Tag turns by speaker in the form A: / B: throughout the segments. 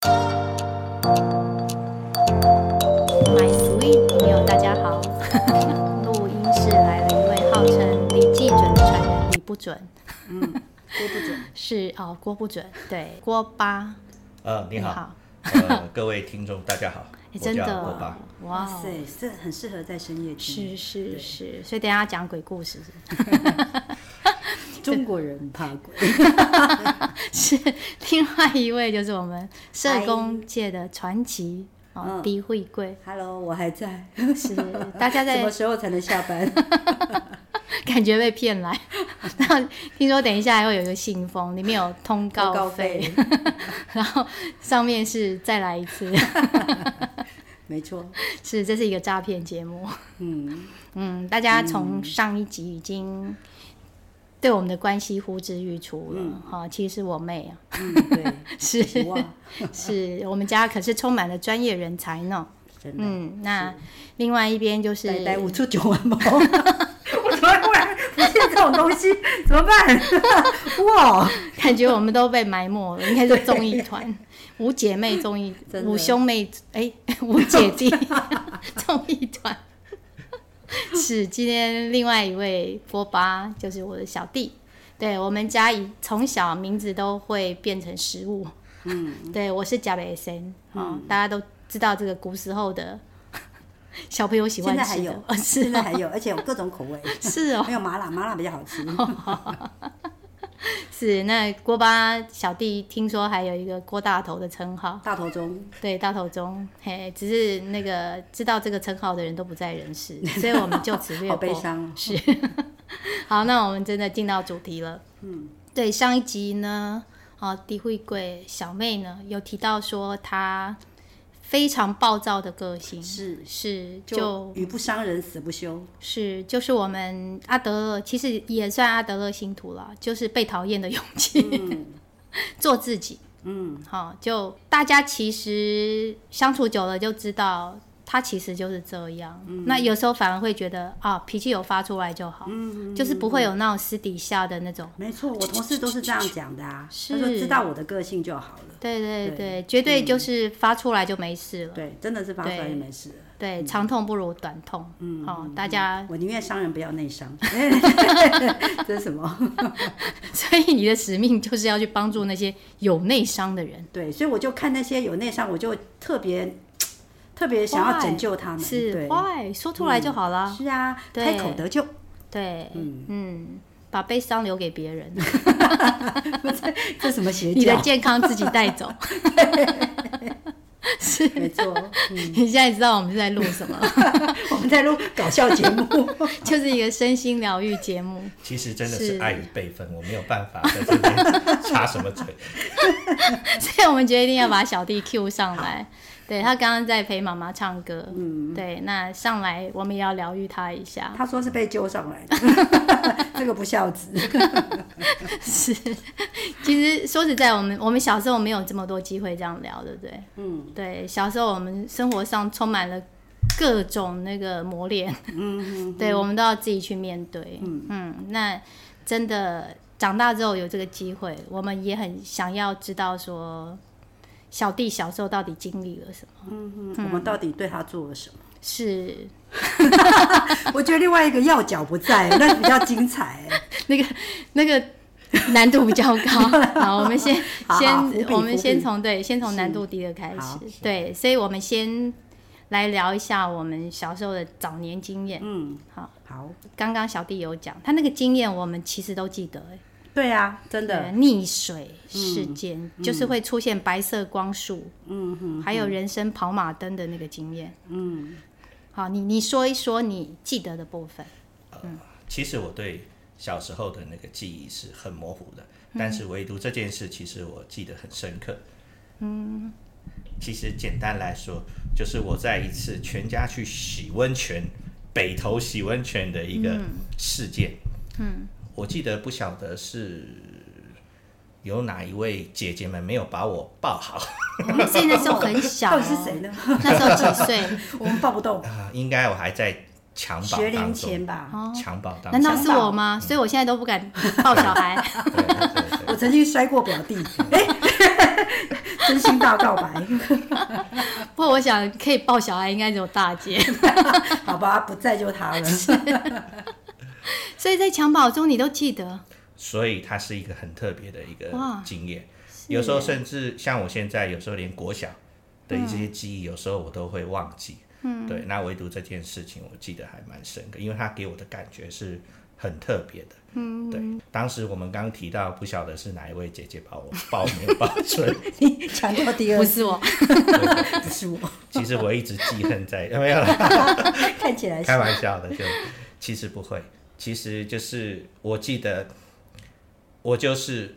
A: 不准，
B: 嗯，郭不准，
A: 是哦，郭不准，对，郭巴，
C: 呃，你
A: 你
C: 好，
A: 好
C: 呃，各位听众大家好，
A: 诶
C: 我
A: 真
C: 叫
A: 的
C: 欧巴
A: 哦，哇
B: 哇
A: 哦，
B: 塞，这很适合在深夜听。
A: 是是是，所以等一下要讲鬼故事，
B: 中国人怕鬼，
A: 是 另外一位就是我们社工界的传奇哦，
B: 嗯
A: 狄慧 贵，
B: Hello，我还在。
A: 是大家
B: 什
A: 在
B: 么时候才能下 班？
A: 感觉被骗来，那听说等一下还会有一个信封，里面有通
B: 通
A: 告
B: 告
A: 费
B: 费，
A: 然后上面是再来一次，
B: 没错，
A: 是这是一个诈骗节目。
B: 嗯，
A: 嗯，大家从上一集已经对我们的关系呼之欲出了。哈、其实我妹啊，
B: 嗯，对，
A: 是
B: 希望
A: 是我们家可是充满了专业人才呢。
B: 真的。
A: 嗯，那另外一边就是
B: 呆呆五处九万毛， 我怎么突然浮现这种 东西？怎么办？ 哇，
A: 感觉我们都被埋没了，应该是综艺团，五姐妹综艺，
B: 真的
A: 五兄妹，哎、五姐弟 综艺 团。是今天另外一位波巴，就是我的小弟。对我们家以从小名字都会变成食物，
B: 嗯，
A: 对我是贾北森，哦，大家都知道这个古时候 的小朋友喜欢
B: 现在还
A: 吃
B: 有
A: 的，哦、是
B: 现在还有，而且有各种口 味，
A: 是哦，
B: 还有麻辣，麻辣比较好吃。
A: 是那锅巴小弟听说还有一个郭大头的称号，
B: 大头中，
A: 对，大头中，嘿，只是那个知道这个称号的人都不在人世，所以我们就此略过。
B: 好悲伤哦
A: 是，好，那我们真的进到主题了。嗯，对，上一集呢，哦，狄慧贵小妹呢有提到说她非常暴躁的个性，
B: 是
A: 是
B: 就
A: 就。
B: 语不伤人，死不休。
A: 是，就是我们阿德勒，其实也算阿德勒信徒了，就是被讨厌的勇气，
B: 嗯
A: 做自己。
B: 嗯，
A: 好、就大家其实相处久了就知道，他其实就是这样。那有时候反而会觉得啊，脾气有发出来就好，就是不会有那种私底下的那种。
B: 没错，我同事都是这样讲的啊。
A: 是
B: 他说知道我的个性就好了。
A: 对对嗯对，
B: 对
A: 绝对就是发出来就没事了。
B: 对，真的是发出来就没事了。
A: 对，长痛不如短痛。嗯，哦，大家，
B: 我宁愿伤人，不要内伤。 这是什么？
A: 所以你的使命就是要去帮助那些有内伤的人。
B: 对，所以我就看那些有内伤，我就特别特别想要拯救他们。
A: 是
B: 对，
A: 坏，说出来就好啦。
B: 是啊，
A: 对
B: 开口 得救，
A: 对，嗯嗯，把悲伤留给别人。
B: 这什么邪
A: 你的
B: 教？
A: 健康自己带 走。是，
B: 没错，
A: 你现在知道我们是在录什么 了，
B: 我们在录搞笑节目，
A: 就是一个身心疗愈节目。
C: 其实真的
A: 是
C: 是碍于辈分，我没有办法在这边插什么嘴。
A: 所以我们决定要把小弟 Q 上来。对他刚刚在陪妈妈唱歌，嗯，对，那上来我们也要疗愈他一下。
B: 他说是被揪上来的， 这个不孝子。
A: 是，其实说实在，我们我们小时候没有这么多机会这样聊，对不对？
B: 嗯，
A: 对，小时候我们生活上充满了各种那个磨练， 嗯，对，我们都要自己去面对，嗯那真的长大之后有这个机会，我们也很想要知道说，小弟小时候到底经历了什么？
B: 嗯我们到底对他做了什么？
A: 是
B: 我觉得另外一个要角不在，那比较精彩。欸
A: 那个那个。难度比较 高，好，我们先
B: 啊好好
A: 先
B: 伏笔
A: 我
B: 伏
A: 们
B: 笔
A: 先从对，先从难度低的开始
B: 好，
A: 对，所以我们先来聊一下我们小时候的早年经验。
B: 嗯，
A: 好，
B: 好，
A: 刚刚小弟有讲，他那个经验我们其实都记得、欸，
B: 对啊，真
A: 对
B: 的，嗯
A: 溺水事件、就是会出现白色光束，嗯还有人生跑马灯的那个经验，
B: 嗯，
A: 好，你你说一说你记得的部分，
C: 其实我对小时候的那个记忆是很模糊的，但是唯独这件事，其实我记得很深刻。嗯，其实简单来说，就是我在一次全家去洗温泉，北投洗温泉的一个事件。嗯，我记得不晓得是有哪一位姐姐们没有把我抱好。
A: 我们现在时候很小、
B: 到
A: 哦，
B: 底是谁？呢？
A: 那时候几岁？
B: 我们抱不动，
C: 啊，应该我还在襁褓
B: 学龄
C: 当
B: 前
C: 中，
B: 吧。
C: 襁褓当
A: 难
C: 中，
A: 道是我吗？所以我现在都不敢 抱小孩。
C: 对对对
B: 我曾经摔过表弟，哎、真心大告白，
A: 不过我想可以抱小孩应该只有大 姐。
B: 好吧，不在就他了。
A: 所以在襁褓中你都记得，
C: 所以它是一个很特别的一个
A: 哇
C: 经验。
A: 是
C: 有时候甚至像我现在，有时候连国小的一些记忆，有时候我都会忘记。嗯，对，那唯独这件事情，我记得还蛮深刻，因为它给我的感觉是很特别的。嗯，对，当时我们刚提到，不晓得是哪一位姐姐把我抱没抱准，
B: 你强调第
A: 不
B: 二次
A: 是我，
B: 不是我，
C: 其实我一直记恨在，没有啦
B: 看起来是
C: 开玩笑的，就其实不会，其实就是我记得，我就是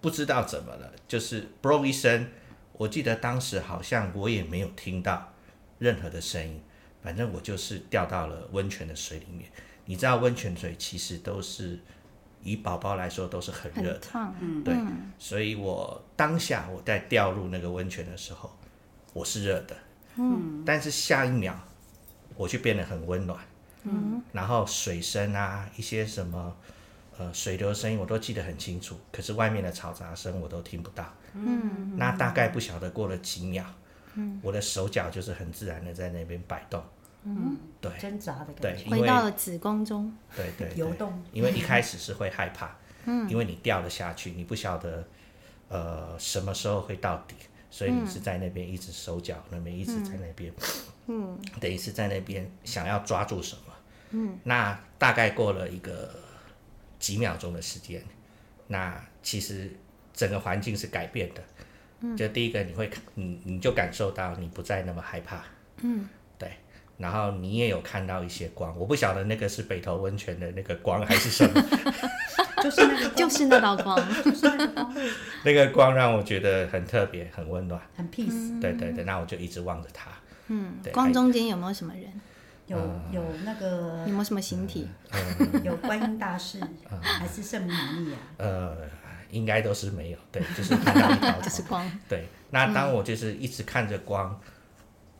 C: 不知道怎么了，就是啵一声，我记得当时好像我也没有听到任何的声音，反正我就是掉到了温泉的水里面。你知道温泉水其实都是以宝宝来说都是很热
A: 很
C: 的，
A: 烫，
C: 对，所以我当下我在掉入那个温泉的时候，我是热的，嗯，但是下一秒我就变得很温暖，嗯，然后水声啊，一些什么呃水流声音我都记得很清楚，可是外面的嘈杂声我都听不到，嗯，那大概不晓得过了几秒，嗯，我的手脚就是很自然的在那边摆动，嗯，对
B: 挣扎的感
C: 对
B: 觉，，
C: 因
A: 回
C: 为
A: 到了子宫中，
C: 对对对，
B: 游动
C: 因为一开始是会害怕，嗯，因为你掉了下去，你不晓得呃什么时候会到底，所以你是在那边一直手脚那边一直在那边，嗯， 等于是在那边想要抓住什么，嗯，那大概过了一个几秒钟的时间，那其实整个环境是改变的。就第一个，你会看，你你就感受到你不再那么害怕，对，然后你也有看到一些光，我不晓得那个是北投温泉的那个光还是什么，
B: 就是那个光
A: 就是那道 光，
B: 就是那个光，
C: 那个光让我觉得很特别，很温暖。
B: 很
A: 嗯
B: peace。
C: 对对对，那我就一直望着它。嗯对，哎
A: 光中间有没有什么人？
B: 有
A: 嗯
B: 有那个
A: 有没有什么形体？
C: 嗯
B: 有观音大士，
A: 嗯
B: 还是圣母玛 利亚，
C: 还呃，应该都是没有，对，就是看到一条
A: 就是
C: 光。
A: 光，
C: 对，那当我就是一直看着光，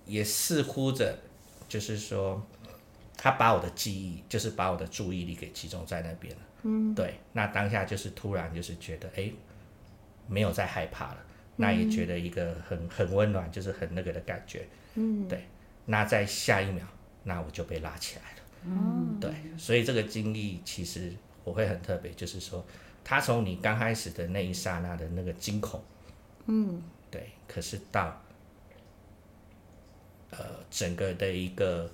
C: 也似乎着，就是说，他把我的记忆，就是把我的注意力给集中在那边了。嗯，对，那当下就是突然就是觉得，哎、没有再害怕了，那也觉得一个很很温暖，就是很那个的感觉。嗯，对，那在下一秒，那我就被拉起来了。嗯，对，所以这个经历其实我会很特别，就是说，他从你刚开始的那一刹那的那个惊恐。对，可是到呃整个的一个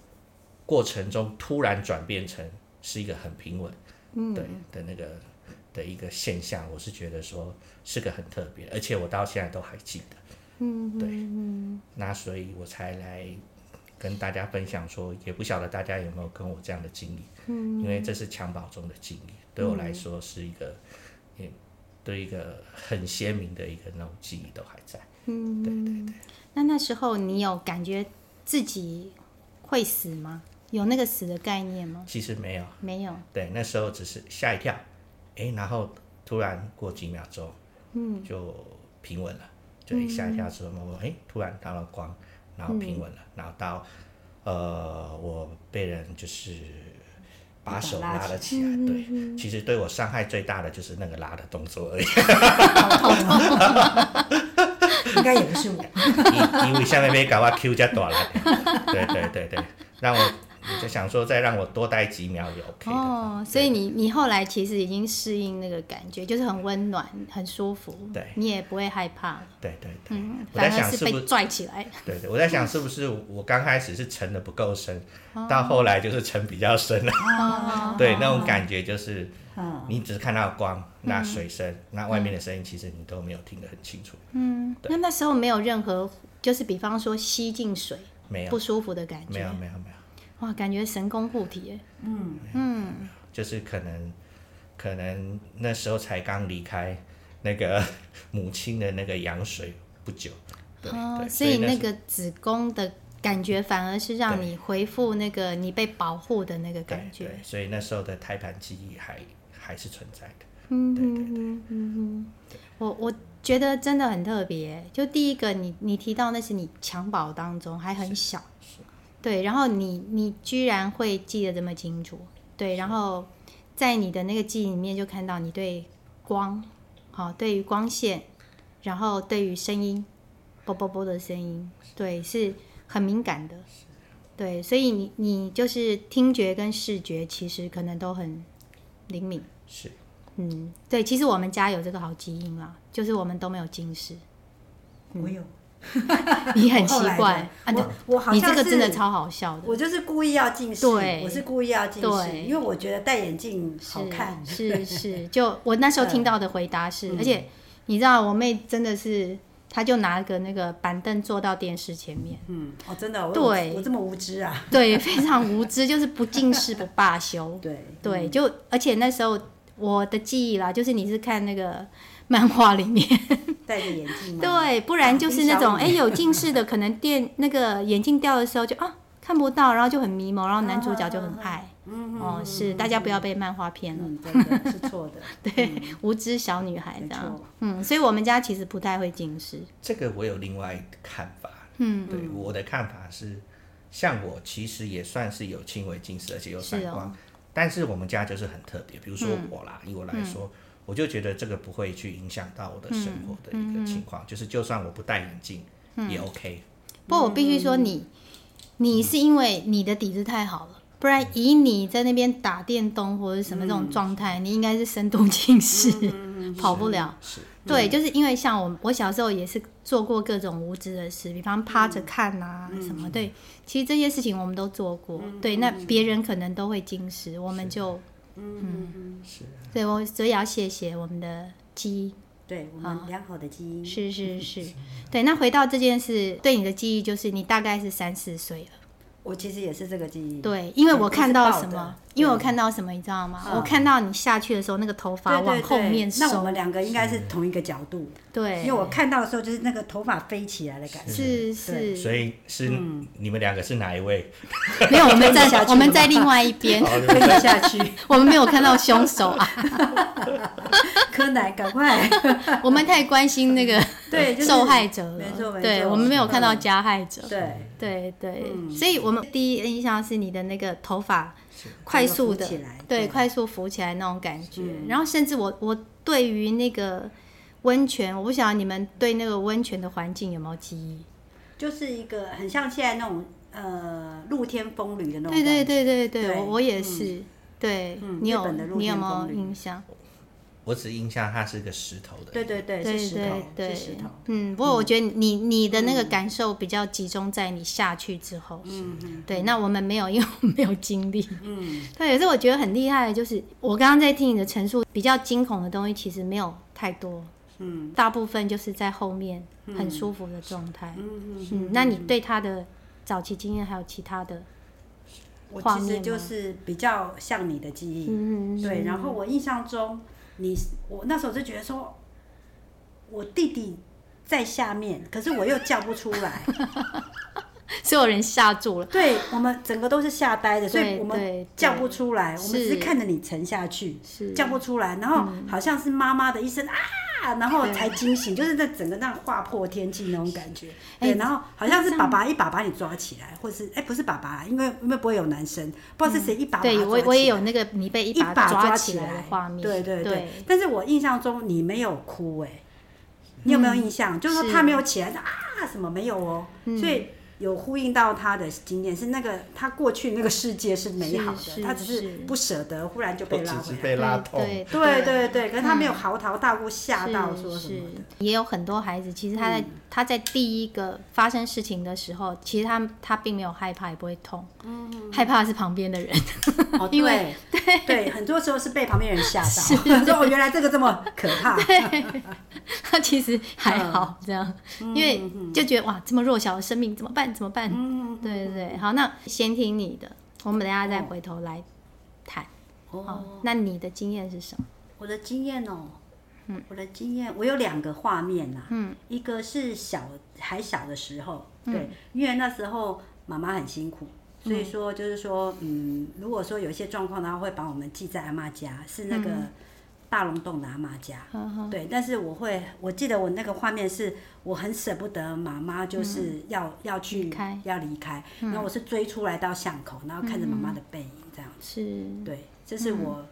C: 过程中，突然转变成是一个很平稳，嗯，对的那个的一个现象，我是觉得说是个很特别，而且我到现在都还记得，嗯，对，那所以我才来。跟大家分享说，也不晓得大家有没有跟我这样的经历，嗯，因嗯为这是襁褓中的经历，对我来说是一个，也对一个很鲜明的一个那种记忆都还在。
A: 那那时候你有感觉自己会死吗？有那个死的概念吗？
C: 其实没有，
A: 没有，
C: 对，那时候只是吓一跳，诶，然后突然过几秒钟，嗯，就平稳了，就一吓一跳之后，我
A: 嗯
C: 诶，突然到了光，然后平稳了，然后到呃，我被人就是把手拉了起
A: 嗯
C: 来，对，其实对我伤害最大的就是那个拉的动作而已，
B: 应该也不是我。
C: 因因为下面被搞到 Q 加短了， 对对对对，让我我就想说再让我多待几秒也 OK 的，
A: 哦，所以你你后来其实已经适应那个感觉，就是很温暖、很舒服，
C: 对
A: 你也不会害怕了，
C: 对对对，
A: 嗯，
C: 我在
A: 反而
C: 想
A: 是
C: 是不
A: 被拽起来，
C: 对对，我在想是不是我刚开始是沉的不够深，
A: 哦
C: 到后来就是沉比较深了。
B: 哦
C: 对，那种感觉就是
A: 哦
B: 嗯，
C: 你只是看到光，
A: 嗯
C: 那水声，那外面的声音其实你都没有听得很清楚，
A: 嗯，那那时候没有任何，就是比方说吸进水
C: 没有
A: 不，舒服的感
C: 没有，
A: 觉，
C: 没有，没有，
A: 哇，感觉神功护体耶，
C: 就是可能可能那时候才刚离开那个 母亲的那个羊水不久，对
A: 哦，
C: 对，
A: 所
C: 以
A: 以那
C: 时
A: 个子宫的感觉反而是让你回复那个你被保护的那个
C: 对
A: 感
C: 对
A: 觉，，
C: 所以那时候的胎盘记忆还还是存在的，
A: 嗯
C: 对对对，
A: 嗯嗯嗯，我我觉得真的很特别。就第一个你，你提到那是你襁褓当中还很小，对，然后你你居然会记得这么清楚，对，然后在你的那个记忆里面就看到你对光，好、对于光线，然后对于声音，啵啵啵的声音，对，是很敏感的。对，所以你你就是听觉跟视觉，其实可能都很灵敏。
C: 是
A: 嗯，对，其实我们家有这个好基因啦，就是我们都没有近 视。
B: 我有，
A: 嗯你很
B: 我
A: 奇
B: 后来的
A: 怪啊，
B: 我我好
A: 你
B: 像
A: 这个真的
B: 是
A: 超好笑的，
B: 我就是故意要近视，
A: 对
B: 我是故意要近视，
A: 对
B: 因为我觉得戴眼镜
A: 是
B: 好看。嗯
A: 是是，就我那时候听到的回答是，而且你知道我妹真的是，她就拿个那个板凳坐到电视前 面，
B: 嗯，哦，真的，我
A: 对
B: 我这么无知啊。
A: 对，非常无知，就是不近视不罢休。
B: 对
A: 对，就而且那时候我的记忆啦，就是你是看那个漫画里面，
B: 戴着眼镜吗？
A: 对，不然就是那种
B: 啊
A: 哎、有近视的，可能电那个眼镜掉的时候就啊看不到，然后就很迷蒙，然后男主角就很爱。
B: 嗯，
A: 哦，是大家不要被漫画骗了，
B: 嗯，真的是错 的。
A: 对，无知小女孩
B: 没
A: 这样
B: 错。嗯
A: 嗯，所以我们家其实不太会近视。
C: 这个我有另外一个看法。嗯，对，我的看法是，像我其实也算是有轻微近视，而且有散光，但是我们家就是很特别。比如说我啦，以我来说，我就觉得这个不会去影响到我的生活的一个情况，就是就算我不戴眼镜、也 OK。
A: 不过我必须说你，你是因为你的底子太好了，不然以你在那边打电动或者什么这
B: 嗯
A: 种状态，你应该是深度近视，跑不了。
C: 是，
B: 嗯
A: 对，就是因为像我，我小时候也是做过各种无知的事，比方趴
B: 嗯
A: 着看啊什么。对，其实这些事情我们都做过。对，那别人可能都会近视，我们就
B: 嗯，
C: 是，
A: 对我所以要谢谢我们的基因。
B: 对我们良好的基因。
A: 嗯是是是，对。那回到这件事，对你的记忆就是你大概是三四岁了。
B: 我其实也是这个基因。
A: 对，因为
B: 嗯
A: 我
B: 这
A: 看
B: 是
A: 到
B: 爆
A: 什
B: 的
A: 么，
B: 对
A: 因为我看到什么，你知道吗？
B: 嗯
A: 我看到你下去的时候，那个头
B: 对
A: 发往
B: 对
A: 后
B: 对
A: 面
B: 那我
A: 收
B: 们，两个应该是同一个角度，因为
A: 对，
B: 我看到的时候就是那个头发飞起来的感觉。
A: 是
B: 对
A: 是，
C: 所以是、你们两个是哪一位？
A: 没有我们
B: 下去
A: 在
B: 了
A: 我们在另外一边，
C: 好，你
B: 飞
C: 们在
B: 下去，
A: 我们没有看到凶手啊，
B: 柯南，赶快！
A: 我们太关心那个
B: 对，就是
A: 受害者
B: 没错
A: 了，
B: 没
A: 对
B: 错
A: 我们没有看到
B: 嗯
A: 加害者，
B: 对，
A: 对对，
B: 嗯
A: 所以我们第一印象是你的那个头发
C: 是
A: 快速的
B: 整个浮起来，
A: 对，
B: 对
A: 快速浮起来那种感觉。
B: 嗯
A: 然后甚至我我对于那个温泉，我不晓得你们对那个温泉的环境有没有记忆？
B: 就是一个很像现在那种呃露天风吕的那种。
A: 对对。对对对，
B: 对
A: 我我也是。对
B: 嗯
A: 你
B: 日
A: 有
B: 本的露
A: 你有
B: 天
A: 没有
B: 风吕
A: 印象？
C: 我只印象它是个石头的，
B: 对对对，
A: 对
B: 是石
A: 对
B: 头，
A: 对
B: 是石头。，
A: 嗯。不过我觉得你你的那个感受比较集中在你下去之后，嗯，对。那我们没有，因为我们没有经历，
B: 嗯，
A: 对，可是我觉得很厉害，的就是我刚刚在听你的陈述，比较惊恐的东西其实没有太多，嗯，大部分就是在后面很舒服的状态，嗯那你对他的早期经验还有其他的，
B: 我
A: 画
B: 其实
A: 面
B: 就
A: 吗
B: 是比较像你的记忆。
A: 嗯，
B: 对，然后我印象中，你我那时候就觉得说，我弟弟在下面，可是我又叫不出 来，
A: 所有人吓住了，
B: 对我们整个都是吓呆的，所以
A: 对
B: 我
A: 对
B: 们叫不出来，我们只
A: 是
B: 是看着你沉下去，
A: 是嗯
B: 叫不出来，然后好像是妈妈的一声啊。然后才惊醒，就是那整个那样划破天际那种感觉，
A: 哎
B: 对，然后好像是爸爸一把把你抓起来，或是哎不是爸爸，因为因为不会有男生，不知道是谁一把把他
A: 嗯对我
B: 抓
A: 我也
B: 起来
A: 有那个你被
B: 一
A: 把
B: 把抓
A: 起
B: 来
A: 来的画面，
B: 对对对。
A: 对，
B: 但是我印象中你没有哭哎、你有没有印象？就是说
A: 嗯
B: 他
A: 是嗯
B: 没有起来啊什么没有哦，所以有呼应到他的经验是那个他过去那个世界是美好的，
A: 是是
B: 他只是
A: 是
B: 不舍得，忽然就被拉
C: 我只
B: 回
C: 是
B: 来。
C: 被拉痛。
A: 对
B: 嗯对对对，可是他没有嚎啕大哭，吓到
A: 嗯是
B: 说什么的。嗯
A: 是也有很多孩子，其实他在、他在第一个发生事情的时候，其实他他并没有害怕，也不会痛，
B: 嗯
A: 害怕的是旁边的人。
B: 哦，
A: 因
B: 对对对，很多时候是被旁边人吓到，说哦原来这个这么可怕。
A: 他其实还
B: 嗯
A: 好这样，因为就觉得哇，这么弱小的生命怎么办？怎么办？
B: 嗯
A: 对对对，好，那先听你的，我们等一下再回头来谈。
B: 哦
A: 好，那你的经验是什么？
B: 我的经验哦，
A: 嗯
B: 我的经验，我有两个画面呐、嗯，一个是小还小的时候，
A: 嗯
B: 对，因为那时候妈妈很辛苦，所以说就是说，嗯，如果说有一些状况的话，会把我们寄在阿妈家，是那个
A: 嗯
B: 大龙洞的阿妈家，
A: 哦
B: 对，但是我会，我记得我那个画面是，我很舍不得妈妈，就是要、要去
A: 嗯离开嗯
B: 要离开，然后我是追出来到巷口，然后看着妈妈的背影这样，
A: 是，
B: 对，这是我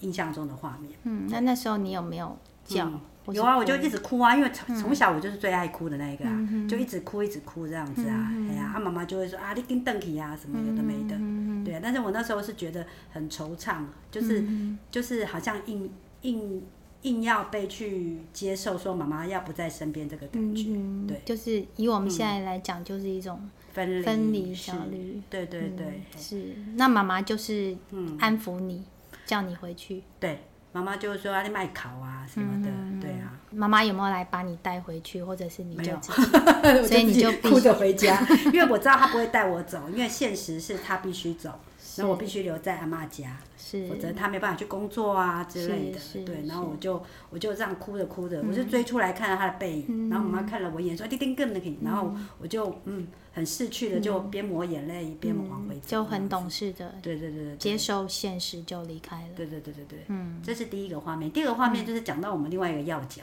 B: 印象中的画面。
A: 嗯，那那时候你有没有叫？或是嗯
B: 有啊，我就
A: 哭
B: 一直哭啊，因为从从小我就是最爱哭的那一个啊，
A: 嗯
B: 就一直哭一直哭这样子啊，哎呀，啊妈妈就会说啊，你跟邓体啊什么有的没
A: 嗯嗯
B: 的，对啊，但是我那时候是觉得很惆怅，就是就是好像硬硬硬要被去接受说妈妈要不在身边这个感
A: 嗯
B: 觉，对，
A: 就是以我们现在来讲，就是一种
B: 分离
A: 分离
B: 是
A: 焦虑。
B: 对对对、
A: 嗯是。那妈妈就是安抚你，叫你回去。
B: 对，妈妈就说啊你卖考啊什么
A: 嗯
B: 的，对啊。
A: 妈妈有没有来把你带回去，或者是你
B: 没
A: 就
B: 有
A: 自己？
B: 我
A: 所以你
B: 自己
A: 就必
B: 哭着回家，因为我知道他不会带我走，因为现实是他必须走，那我必须留在阿妈家，
A: 是
B: 否则他没办法去工作啊之类的
A: 是是。
B: 对，
A: 是
B: 然后我就我就这样哭着哭着，我就追出来看到他的背影，然后妈妈看了我一眼说：“丁丁更那个。”然后我就嗯很逝去的，就边抹眼泪边往回走，
A: 嗯就很懂事的
B: 对。对对对对，
A: 接受现实就离开了。
B: 对对对对对，嗯，这是第一个画面。第二个画面就是讲到我们另外一个要角，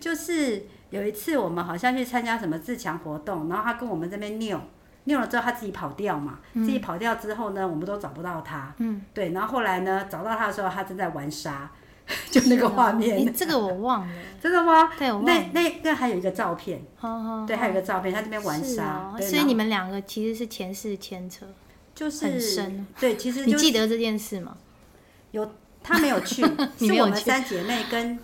B: 就是有一次我们好像去参加什么自强活动，然后他跟我们这边拗。拗了之后，他自己跑掉嘛。
A: 嗯
B: 自己跑掉之后呢，我们都找不到他。嗯，对。然后后来呢，找到他的时候，他正在 玩沙， 就那个画面。
A: 嗯诶这个我忘 了。
B: 真的吗？
A: 对，我忘了。
B: 那那那还有一个照片，
A: 哦
B: 对，还有一个照片，他这边玩
A: 是
B: 沙
A: 哦。
B: 对
A: 所以
B: 然后
A: 你们两个其实是前世牵扯。
B: 就是
A: 很 深哦
B: 对，其实
A: 你
B: 就
A: 记得这件事吗？，
B: 他没有去
A: 你
B: 是
A: 没有
B: 我们
A: 去
B: 三姐妹跟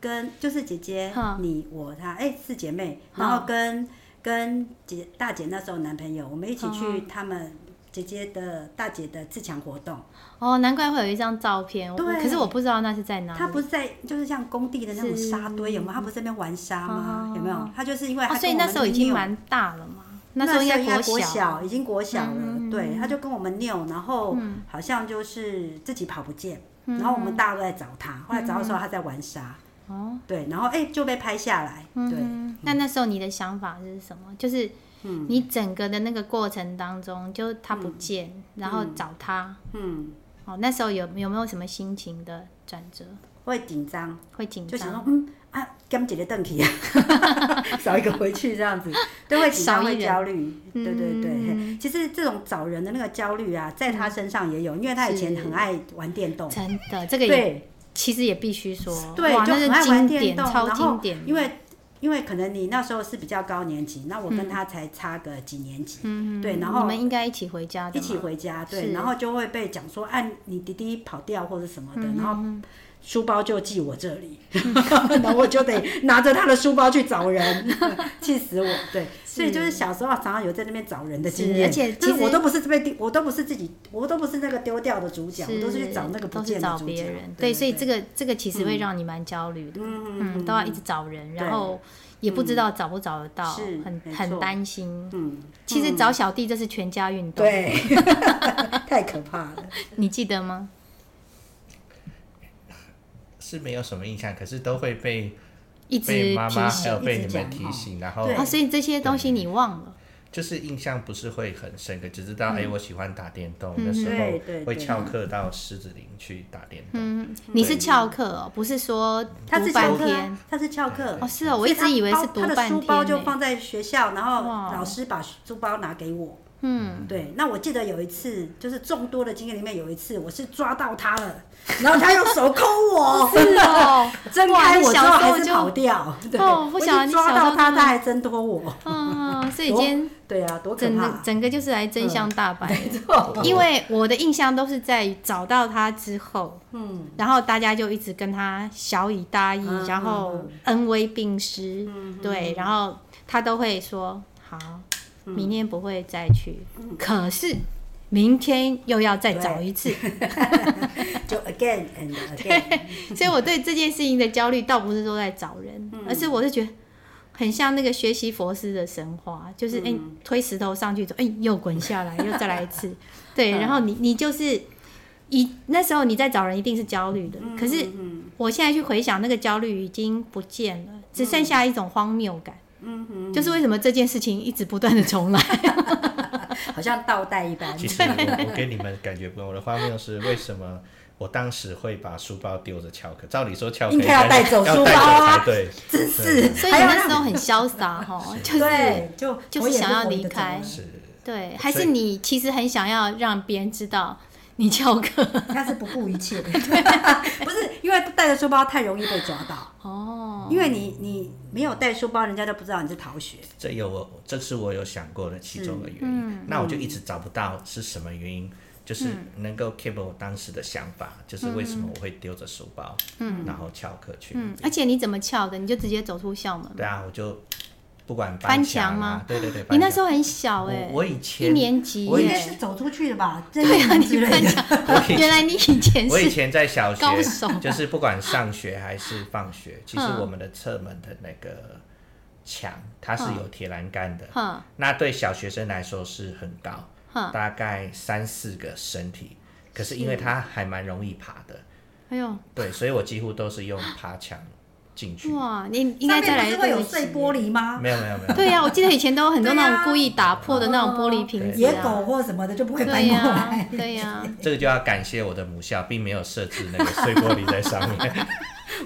B: 跟就是姐姐
A: 哈
B: 你我她，哎、四姐妹，
A: 哈
B: 然后跟跟姐大姐那时候男朋友，我们一起去他们姐姐的大姐的自强活动，
A: 哦，难怪会有一张照片，我
B: 对
A: 可是我不知道那是在哪里。
B: 她不是在就是像工地的那种
A: 是
B: 沙堆有没有？她不是在那边玩沙吗？
A: 哈
B: 有没有？她就是因为她、
A: 哦，所以那时候已经。蛮大了嘛，时候应该
B: 该
A: 国
B: 国，已经国小了。
A: 嗯
B: 对，他就跟我们拗，然后好像就是自己跑不见，
A: 嗯
B: 然后我们大家都在找他，后来找的时候他在玩沙。哦，对，然后哎、就被拍下来。对，
A: 嗯，那那时候你的想法是什么？就是
B: 嗯
A: 你整个的那个过程当中，就他不见，然后找他，
B: 嗯，
A: 哦，那时候有有没有什么心情的转折？
B: 会紧张，
A: 会紧
B: 就想
A: 张，
B: 说嗯啊，跟姐姐邓 皮啊， 少一个回去这样子，都会紧张
A: 少一
B: 会
A: 人嗯
B: 焦虑。对对对，嘿其实这种找人的那个焦虑啊，在他身上也有，因为他以前
A: 是
B: 很爱玩电动。
A: 真的，这个也
B: 对，
A: 其实也必须说，
B: 对，
A: 哇，
B: 就
A: 那
B: 很
A: 是
B: 爱玩
A: 经
B: 电
A: 典，
B: 动，
A: 超
B: 然后
A: 经典，
B: 因为因为可能你那时候是比较高年级，那我跟他才差个几年级，
A: 嗯
B: 对然
A: 你
B: 后
A: 们应该一起回家的
B: 一
A: 嘛，
B: 起回家，
A: 是
B: 对，然后就会被讲说，哎、你弟弟跑掉或者什么的，
A: 嗯
B: 然后。书包就寄我这 里，然后我就得拿着他的书包去找人， 气死我！对，所以就是小时候常常有在那边找人的经
A: 是而
B: 验，
A: 且
B: 就是
A: 其实
B: 我都不是被丢，我都不是自己，我都不是那个丢掉的主角，我都是去找那个不
A: 都是
B: 见的
A: 找
B: 主角
A: 别人，。
B: 对，嗯
A: 所以这个这个其实会让你蛮焦虑的，嗯，都要一直找人，然后也不知道找不找得到，
B: 嗯是
A: 很
B: 没
A: 很
B: 错
A: 担心。
B: 嗯，
A: 其实找小弟这是全家运动，
B: 对， 太可怕了。
A: 你记得吗？
C: 是没有什么印象，可是都会被
A: 一
C: 被
A: 直
C: 妈
A: 提
C: 妈还
A: 醒
C: 有被
B: 一直
C: 你
B: 讲
C: 们提
B: 哦
C: 醒，然后
B: 对
A: 啊，所以这些东西你忘了，
C: 就是印象不是会很深刻，只知道哎、我喜欢打电动，那
B: 嗯对
C: 时
B: 对嗯
C: 候会
B: 对
C: 翘课到狮子林去打电动。
A: 你是翘课哦，不是说
B: 他
A: 读
B: 是
A: 半
B: 翘课啊、
A: 天。
B: 他是翘课。
A: 哦，是哦，我
B: 所
A: 一
B: 他
A: 直以为是
B: 包
A: 读
B: 他的
A: 半
B: 书包
A: 天
B: 就
A: 呢。
B: 放在学校，然后
A: 哇，
B: 老师把书包拿给我。嗯，对。那我记得有一次，就是众多的经验里面有一次，我是抓到他了，然后他用手抠 我
A: 是哦，
B: 睁
A: 哇
B: 开
A: 你
B: 我之
A: 小
B: 后
A: 时
B: 还
A: 候
B: 是
A: 就
B: 跑掉。对，
A: 哦不
B: 我已
A: 晓得
B: 经
A: 你小
B: 抓
A: 时
B: 到
A: 候
B: 他，
A: 真的
B: 他还挣脱我。
A: 嗯， 所以今天
B: 对啊，多可
A: 整
B: 怕嗯
A: 个
B: 啊！
A: 整个就是来真相大白的、因为我的印象都是在于找到他之后，嗯，然后大家就一直跟他小以大义，
B: 嗯
A: 然后恩威并施，对，然后他都会说好，
B: 嗯
A: 明天不会再去，可是明天又要再找一次，
B: 就 again and again，
A: 所以我对这件事情的焦虑倒不是说在找人，而是我是觉得。很像那个学习佛斯的神话，就是哎、推石头上去走，哎、又滚下来，又再来一 次，对，然后你你就是一那时候你在找人一定是焦虑的，可是
B: 嗯
A: 我现在去回想那个焦虑已经不见了，只剩下一种荒谬感，嗯就是为什么这件事情一直不断的重来，
B: 好像倒带一般。
C: 其实我我跟你们感觉不一样，我的画面是为什么我当时会把书包丢着翘课？照理说翘课
B: 应该要带走
C: 要
B: 书
C: 带走
B: 包啊
C: 才对，
B: 真 是，
A: 所以
B: 还
A: 你
B: 要
A: 那时
B: 让
A: 候很潇洒 哈，就是
B: 对，就
A: 就是
B: 我也
A: 想要
B: 活得
A: 离
B: 怎么
A: 开
B: 了
C: 是
A: 对，还
C: 所
A: 是
C: 以
A: 你其实很想要让别人知道你翘课。
B: 他是不顾一切的， 不是因为带着书包太容易被抓到，
A: 哦，
B: 因为你你没有带书包，人家都不知道你是逃学。
C: 这
B: 嗯
C: 有我，这是我有想过的其中的原因。那我就一直找不到是什么原因，就是能够 keep 我当时的想法，就是为什
B: 嗯
C: 么我会丢着书包，嗯，然后翘课去。
A: 嗯，而且你怎么翘的？你就直接走出校门。
C: 对啊，我就不管
A: 翻
C: 墙
A: 墙
C: 啊
A: 吗，
C: 对对对，
A: 你那时
C: 候
A: 候很小哎
C: 我，我以
A: 一
C: 前
A: 年级
C: 我以
B: 应
A: 耶
B: 该是走出去的吧？
A: 对啊，
B: 真的之
A: 你
B: 类
A: 翻
B: 的。
A: 墙
C: 我，以
A: 原来你以前
C: 我以
A: 是
C: 前在小学
A: 高手啊
C: 就是不管上学还是 放学，其实
A: 嗯
C: 我们的侧门的那个墙它是
A: 嗯
C: 有铁栏杆的，
A: 哼
C: 那对小学生来说是很高，
A: 哼，
C: 大概三四个身体。可是因为它还蛮容易爬的，
A: 哎呦
C: 对，所以我几乎都是用爬墙进去。
A: 哇，你应该再
B: 上
A: 来
B: 面不
A: 这
B: 是会有
A: 个
B: 碎
A: 集
B: 玻璃吗？
C: 没有没有没有，
A: 对呀、啊我记得以前都有很多那
B: 对啊
A: 种故意打破的那种玻璃
C: 哦
A: 瓶子、
B: 野
A: 啊
B: 狗或什么的就不会翻
A: 对啊
B: 过
A: 呀、
B: 来。
A: 对呀、
C: 这个就要感谢我的母校，并没有设置那个碎玻璃在上面，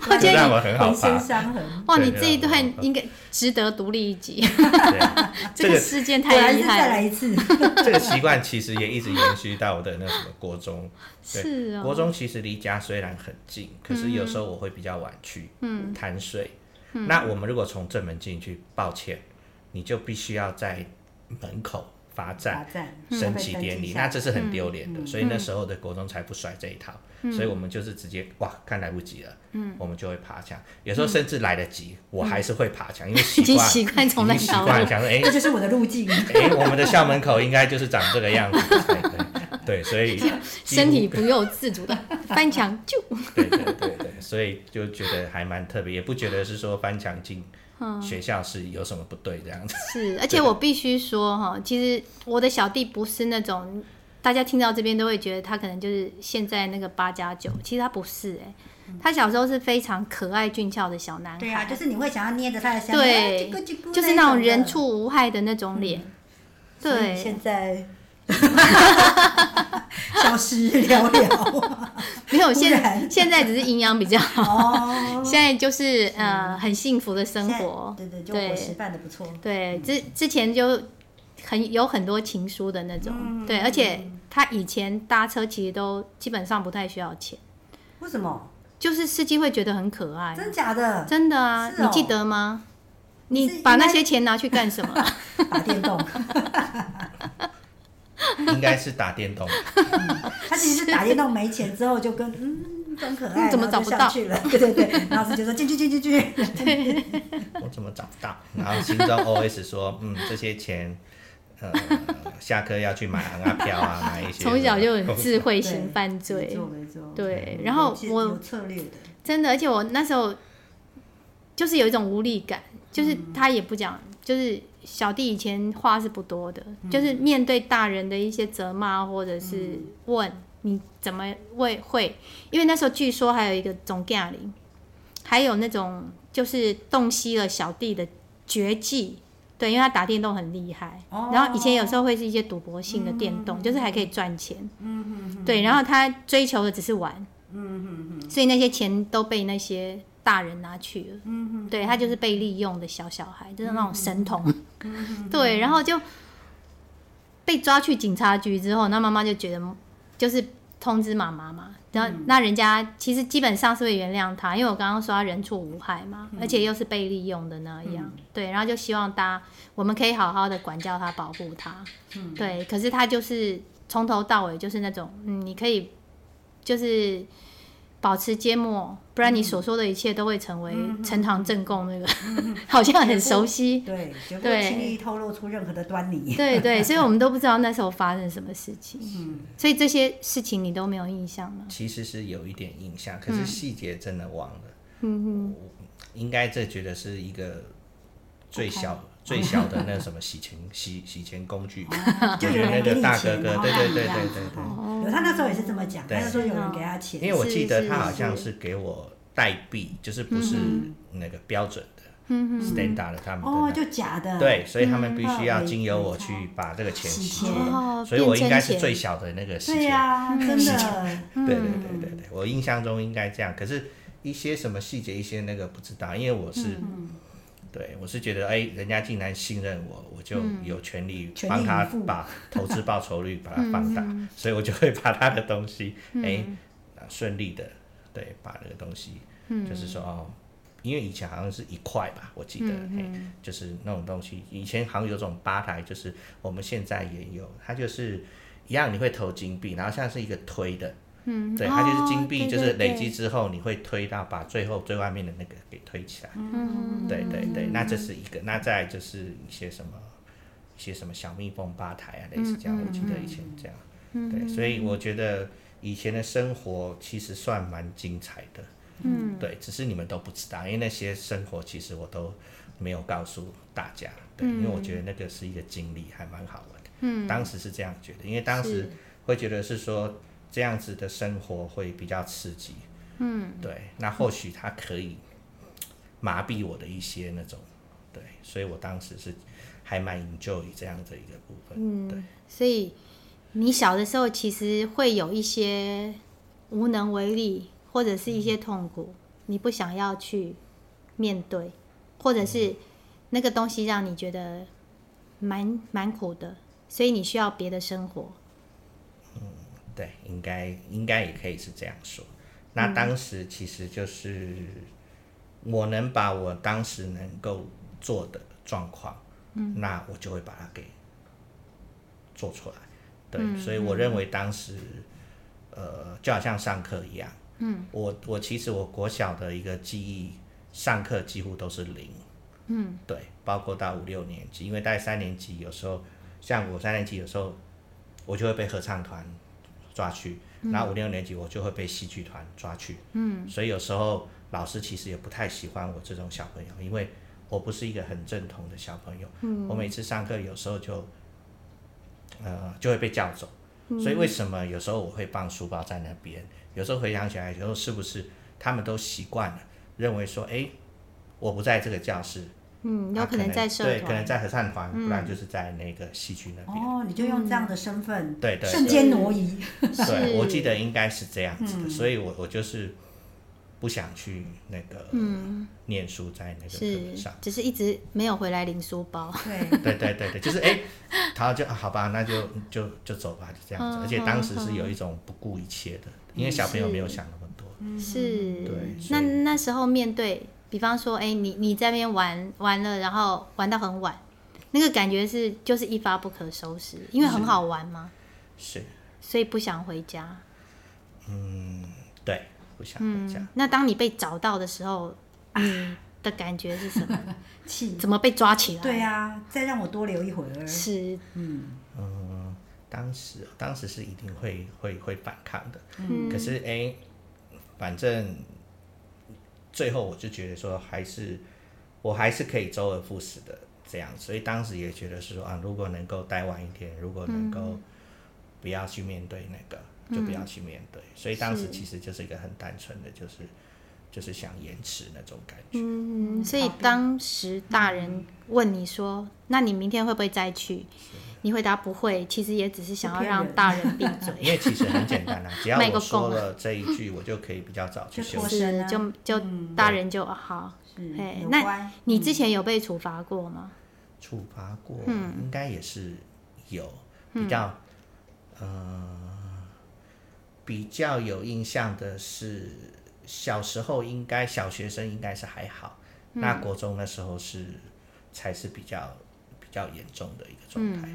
A: 我觉
C: 就让
A: 得
C: 我很好
B: 浑身
C: 爬。
B: 伤痕，
A: 哇，
C: 对
A: 你
C: 对
A: 这一
C: 对
A: 段
C: 对
A: 应该值得独立一集，
C: 对，
A: 这
C: 这
A: 个
C: 个
A: 事件
B: 果
A: 太
B: 然
A: 厉
B: 是再
A: 害
B: 来
A: 了。
B: 一次。
C: 这个习惯其实也一直延续到我的那什么国中。对
A: 是
C: 国
A: 哦，嗯
C: 中其实离家虽然很近，可是有时候我会比较晚去，嗯，贪睡。那我们如果从正门进去，抱歉，你就必须要在门口罚
B: 罚
C: 站、
B: 站，
C: 升
A: 嗯
C: 旗典礼，那这是很丢脸的。
B: 嗯
C: 所以那时候的国中才不甩这一套，
A: 嗯
C: 所以我们就是直接哇，看来不及了，嗯，我们就会爬墙。有时候甚至来得及，我还是会爬墙，因为
A: 嗯
C: 习
A: 已经
C: 惯
A: 习惯从那
C: 已经习
A: 条
C: 惯
A: 路
C: 了想 说，哎
B: 这就是我的路径。
C: 哎，我们的校门口应该就是长这个 样子才对，对，所以几乎
A: 身体不由自主的翻墙就
C: 对对对对，所以就觉得还蛮特别，也不觉得是说翻墙进
A: 嗯
C: 学校是有什么不对这样子。
A: 是，而且我必须说哈，其实我的小弟不是那种大家听到这边都会觉得他可能就是现在那个八加九，其实他不是哎、他小时候是非常可爱俊俏的小男孩，
B: 嗯对啊，就是你会想要捏着他的香，
A: 对
B: 哎叽咕叽咕
A: 就是那种
B: 的嗯
A: 人畜无害的那种脸。
B: 所以
A: 对，
B: 现在 消失寥寥。
A: 没有现
B: 突然
A: 现在只是营养比较好，
B: 哦，嗯
A: 现在就是呃很幸福的 生活。
B: 现在对对，就伙食
A: 对
B: 办的不错。
A: 对，之之前就很有很多情书的那
B: 嗯
A: 种，对，而且他以前搭车其实都基本上不太需要钱，
B: 为什么？
A: 就是司机会觉得很可爱，
B: 真假的？
A: 真的啊，
B: 是哦
A: 你记得吗？
B: 你
A: 你
B: 是
A: 把
B: 应该
A: 那些钱拿去干什 么？
B: 打电动，
C: 应该是打电动，
B: 他其实是打电动没钱之后就跟嗯，真可爱，
A: 嗯怎么
B: 然后
A: 找不
B: 就
A: 到
B: 上去了？对对对，然后是就说进去进去进去。
C: 我怎么找不到？ 然后心中 OS 说，嗯，这些钱，呃，下课要去买啊票啊，买一些。
A: 从小就有智慧型
B: 对
A: 犯
B: 没
A: 罪，
B: 错没错。
A: 对
B: 有，
A: 然后
B: 其实
A: 我
B: 有策略的，
A: 真的，而且我那时候就是有一种无力感，就是
B: 嗯
A: 他也不讲，就是小弟以前话是不多的，
B: 嗯
A: 就是面对大人的一些责骂或者是问你怎么会会，因为那时候据说还有一个总干领，还有那种就是洞悉了小弟的绝技。对，因为他打电动很厉害，
B: 哦
A: 然后以前有时候会是一些赌博性的电动，就是还可以赚钱。嗯嗯。对，然后他追求的只是玩。所以那些钱都被那些大人拿去了。嗯嗯对他就是被利用的小小孩，就是那种神童。嗯对，然后就被抓去警察局之后，那妈妈就觉得就是通知妈妈嘛，然后那人家其实基本上是会原谅他，因为我刚刚说他人畜无害嘛，而且又是被利用的那样。对，然后就希望大家我们可以好好的管教他，保护他。对，可是他就是从头到尾就是那种，嗯，你可以就是保持缄默，不然你所说的一切都会成为呈堂证供那个， 好像很熟悉。
B: 对，绝不会
A: 对
B: 轻易透露出任何的端倪。
A: 对对，所以我们都不知道那时候发生什么事情。
B: 嗯
A: 所以这些事情你都没有印象吗？
C: 其实是有一点印象，可是细节真的忘了。嗯应该这觉得是一个最小。最小的那什么洗钱洗洗钱工具，
A: 啊
B: 就
C: 我
B: 有
C: 觉
B: 人
C: 得那
B: 给
C: 个
B: 你
C: 大哥
B: 钱，
C: 哥，
B: 然后
C: 对
B: 让
C: 对
B: 你这
C: 对对
B: 样
C: 对
B: 子
C: 对。
B: 哦。有他那时时候也是这么讲，他
C: 对
B: 就说有
A: 哦
B: 人给他
C: 因
B: 钱，
C: 为我记得
A: 是
C: 他好
A: 是
C: 像是给我代币，就是不是那个标准的、standard 的他们的那
B: 哦，就假的，，
C: 对，所以他们必须要
B: 嗯
C: 经由我去把这个钱
B: 洗
C: 洗
B: 钱
C: 出来
A: 哦
C: 所以我应该
A: 变成
C: 是
A: 钱
C: 最小的那个洗
B: 对
C: 钱。
B: 呀，真
A: 嗯
B: 的，
C: 对对对对对，我印象中应该这样，可是一些什么细节，一些那个不知道，因为我是。对，我是觉得，哎、人家竟然信任我，我就有权利
B: 全力
C: 帮他
B: 以赴
C: 把投资报酬率把它放大，所以我就会把他的东西，哎、啊顺、利的，对，把那个东西，就是说，哦，因为以前好像是一块吧，我记得，哎、就是那种东西，以前好像有种吧台，就是我们现在也有，它就是一样你会投金币，然后像是一个推的，
A: 嗯，
C: 对，它就是金
A: 哦
C: 币，
A: 对
C: 就是
A: 对
C: 累
A: 对
C: 积之后你会推到把最后最外面的那个给推起来，
A: 嗯
C: 对对对，那这是一个，那再来就是一些什么一些什么小蜜蜂吧台啊，类似这样，我记得以前这样，对，所以我觉得以前的生活其实算蛮精彩的，嗯，对，只是你们都不知道，因为那些生活其实我都没有告诉大家，对，因为我觉得那个是一个经历，还蛮好玩的，嗯，当时是这样觉得，因为当时会觉得是说这样子的生活会比较刺激，嗯，对，那或许它可以麻痹我的一些那种，对，所以我当时是还蛮 enjoy 这样的一个部分，对。
A: 所以你小的时候其实会有一些无能为力，或者是一些痛
C: 嗯
A: 苦，你不想要去面对，或者
C: 嗯
A: 是那个东西让你觉得蛮蛮苦的，所以你需要别的生活。
C: 对，应该应该也可以是这样说。那当时其实就是我能把我当时能够做的状况，嗯，那我就会把它给做出来。对，所以我认为当时，呃，就好像上课一样，嗯，我我其实我国小的一个记忆，上课几乎都是零，嗯，对，包括到五六年级，因为大概三年级有时候，像我三年级有时候，我就会被合唱团抓去，
A: 嗯
C: 然后五六年级我就会被戏剧团抓去。嗯，所以有时候老师其实也不太喜欢我这种小朋友，因为我不是一个很正统的小朋友。嗯，我每次上课有时候就，呃，就会被叫走。
A: 嗯
C: 所以为什么有时候我会放书包在那边？有时候回想起来，有时候是不是他们都习惯了，认为说，哎，我不在这个教室，
A: 嗯，有
C: 啊
A: 可能在社
C: 对，可
A: 团，
C: 能
A: 嗯
C: 在合唱团，不然就是在那个戏剧那边。
B: 哦，你就用这样的身份，
C: 对对
B: 瞬间挪移，
C: 对，
A: 是嗯
C: 我记得应该是这样子的，所以我我就是不想去那个念书在那个课本
A: 嗯是
C: 上。，
A: 只是一直没有回来领书包。
B: 对，
C: 对对对对，就是哎， 然后就啊好吧，那就就就走吧，就
A: 嗯
C: 这样子。而且当时是有一种不顾一切的，因为小朋友没有想那么多。
A: 嗯是，
C: 对所
A: 那
C: 以
A: 那时候面对，比方说，哎、你你在那边玩玩了，然后玩到很晚，那个感觉是就是一发不可收拾，因为很好玩嘛，
C: 是，
A: 所以不想回家。
C: 对，不想回家。
A: 那当你被找到的时候，你的感觉是什么？
B: 气，
A: 怎么被抓起来？
B: 对啊，再让我多留一会儿，
A: 是，
C: 当时当时是一定会会会反抗的，
A: 嗯
C: 可是哎、反正最后我就觉得说，还是我还是可以周而复始的这样，所以当时也觉得是说啊，如果能够待晚一点，如果能够
A: 嗯
C: 不要去面对那个，就不要去面对。所以当时其实就是一个很单纯的，就是就是想延迟那种感觉。
A: 嗯，所以当时大人问你说，那你明天会不会再去？你回答不会，其实也只是想要
B: 骗
A: 让
B: 人
A: 大人闭嘴。
C: 因为其实很 简单啊，只要
A: 卖个
C: 我说
A: 供啊
C: 了这一句，我就可以比较早去
B: 就
C: 休
B: 脱
C: 息。
B: 身
A: 是
B: 啊，
A: 就就大人就啊好。
B: 是
A: 嘿
B: 有
A: 那
B: 乖，
A: 你之前有被处罚过吗？
C: 处罚过，应该也是有比较，呃，比较有印象的是小时候应该小学生应该是还好，那国中那时候是才是比较比较严重的一个状态，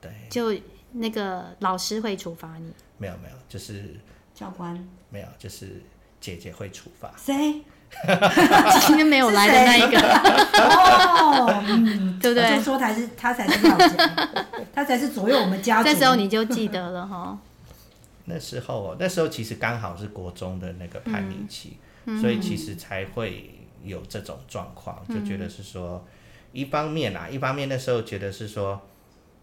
C: 对，
A: 就那个老师会处罚你，
C: 没有没有，就是
B: 教官
C: 没有就是姐姐会处罚，
B: 谁？
A: 今天没有来的那一个，
B: 哦，嗯，
A: 对不对
B: 我就说他是他才是要讲，他才是左右我们家族。
A: 这时候你就记得了哈。
C: 那时候哦，那时候其实刚好是国中的那个叛逆期，所以其实才会有这种状况，就觉得是说，一方面啊，一方面那时候觉得是说，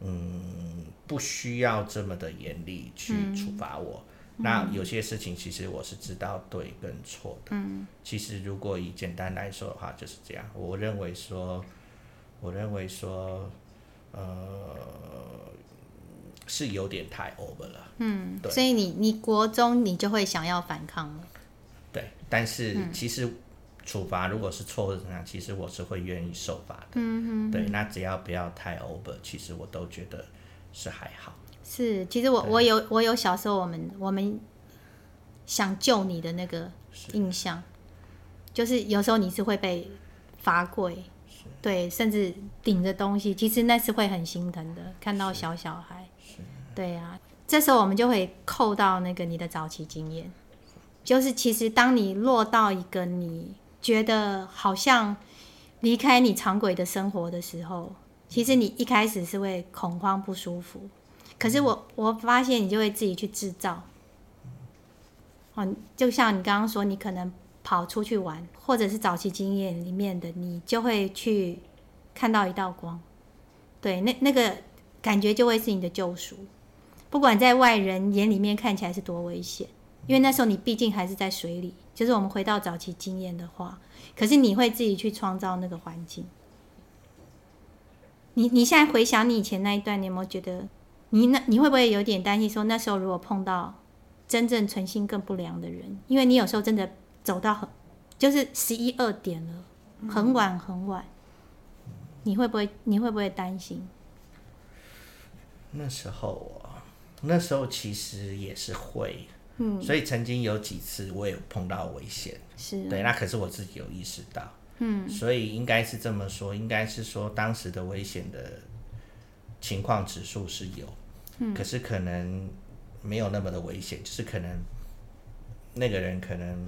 C: 嗯，不需要这么的严厉去处罚我。那有些事情其实我是知道对跟错的。嗯，其实如果以简单来说的话，就是这样。我认为说，我认为说，呃，是有点太 over 了。
A: 嗯，
C: 对
A: 所以你你国中你就会想要反抗了，
C: 对，但是其实处罚如果是错或者怎样，其实我是会愿意受罚的。嗯对，那只要不要太 over，其实我都觉得是还好。
A: 是，其实我我有我有小时候我们我们想救你的那个印象，就是有时候你是会被罚跪，对，甚至顶着东西，其实那是会很心疼的，看到小小孩，对呀、啊这时候我们就会扣到那个你的早期经验，就是其实当你落到一个你觉得好像离开你常轨的生活的时候，其实你一开始是会恐慌不舒服，可是我我发现你就会自己去制造。哦，就像你刚刚说，你可能跑出去玩，或者是早期经验里面的，你就会去看到一道光，对，那那个感觉就会是你的救赎，不管在外人眼里面看起来是多危险，因为那时候你毕竟还是在水里。就是我们回到早期经验的话，可是你会自己去创造那个环境。你你现在回想你以前那一段，你有没有觉得你那你会不会有点担心说那时候如果碰到？真正存心更不良的人，因为你有时候真的走到很，就是十一二点了，很晚很晚，你会不会你会不会担心？
C: 那时候啊，那时候其实也是会，嗯，所以曾经有几次我也碰到危险，
A: 是
C: 对，那可是我自己有意识到，嗯，所以应该是这么说，应该是说当时的危险的情况指数是有，嗯，可是可能。没有那么的危险，就是可能那个人可能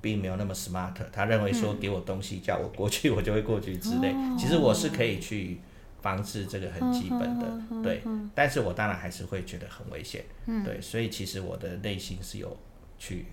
C: 并没有那么 smart，他认为说给我东西叫我过去，我就会过去之类。其实我是可以去防治这个很基本的，
B: 嗯
C: 对。但是我当然还是会觉得很危险，对。所以其实我的内心是有去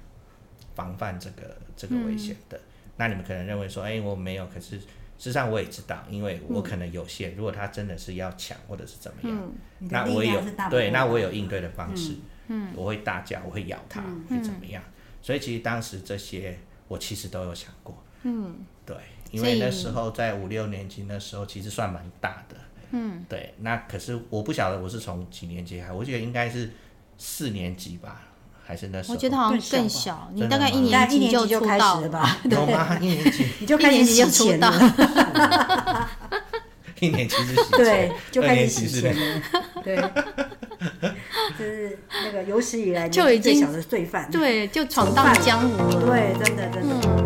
C: 防范这个这个危险
B: 嗯
C: 的。那你们可能认为说，哎，我没有，可是。事实上我也知道，因为我可能有限，如果他真的是要抢或者是怎么样，
B: 嗯你的
C: 那
B: 力
C: 我也有
B: 量是大不
C: 对，
B: 过
C: 那
B: 的
C: 我有应对的方式，嗯，我会大叫，我会咬他，
B: 嗯
C: 会怎么样？所以其实当时这些我其实都有想过，嗯，对，因
A: 所
C: 为
A: 以
C: 那时候在五六年级那时候其实算蛮大的，嗯，对，那可是我不晓得我是从几年级还，我觉得应该是四年级吧，还是那时候，
A: 我 觉得好像更
B: 更
A: 小
C: 吧，
A: 你
C: 真
A: 大
C: 的
A: 概
C: 吗
A: 一
B: 大
A: 年
B: 概一
A: 级
B: 年级
A: 出
B: 开
A: 道
B: 始了，吧？
C: 有吗？一年级，
B: 你就
A: 一
B: 开
A: 年
B: 始
A: 级就
B: 洗
A: 出
B: 钱
A: 道
B: 了，，
C: 一年级是洗
B: 对
C: 钱，
B: 就
C: 二
B: 开始
C: 年
B: 洗
C: 级是
B: 钱了，对， 就是那个有史以来
A: 就已经
B: 最小的罪犯，
A: 对，就闯荡江湖了。
B: 对，真的真的。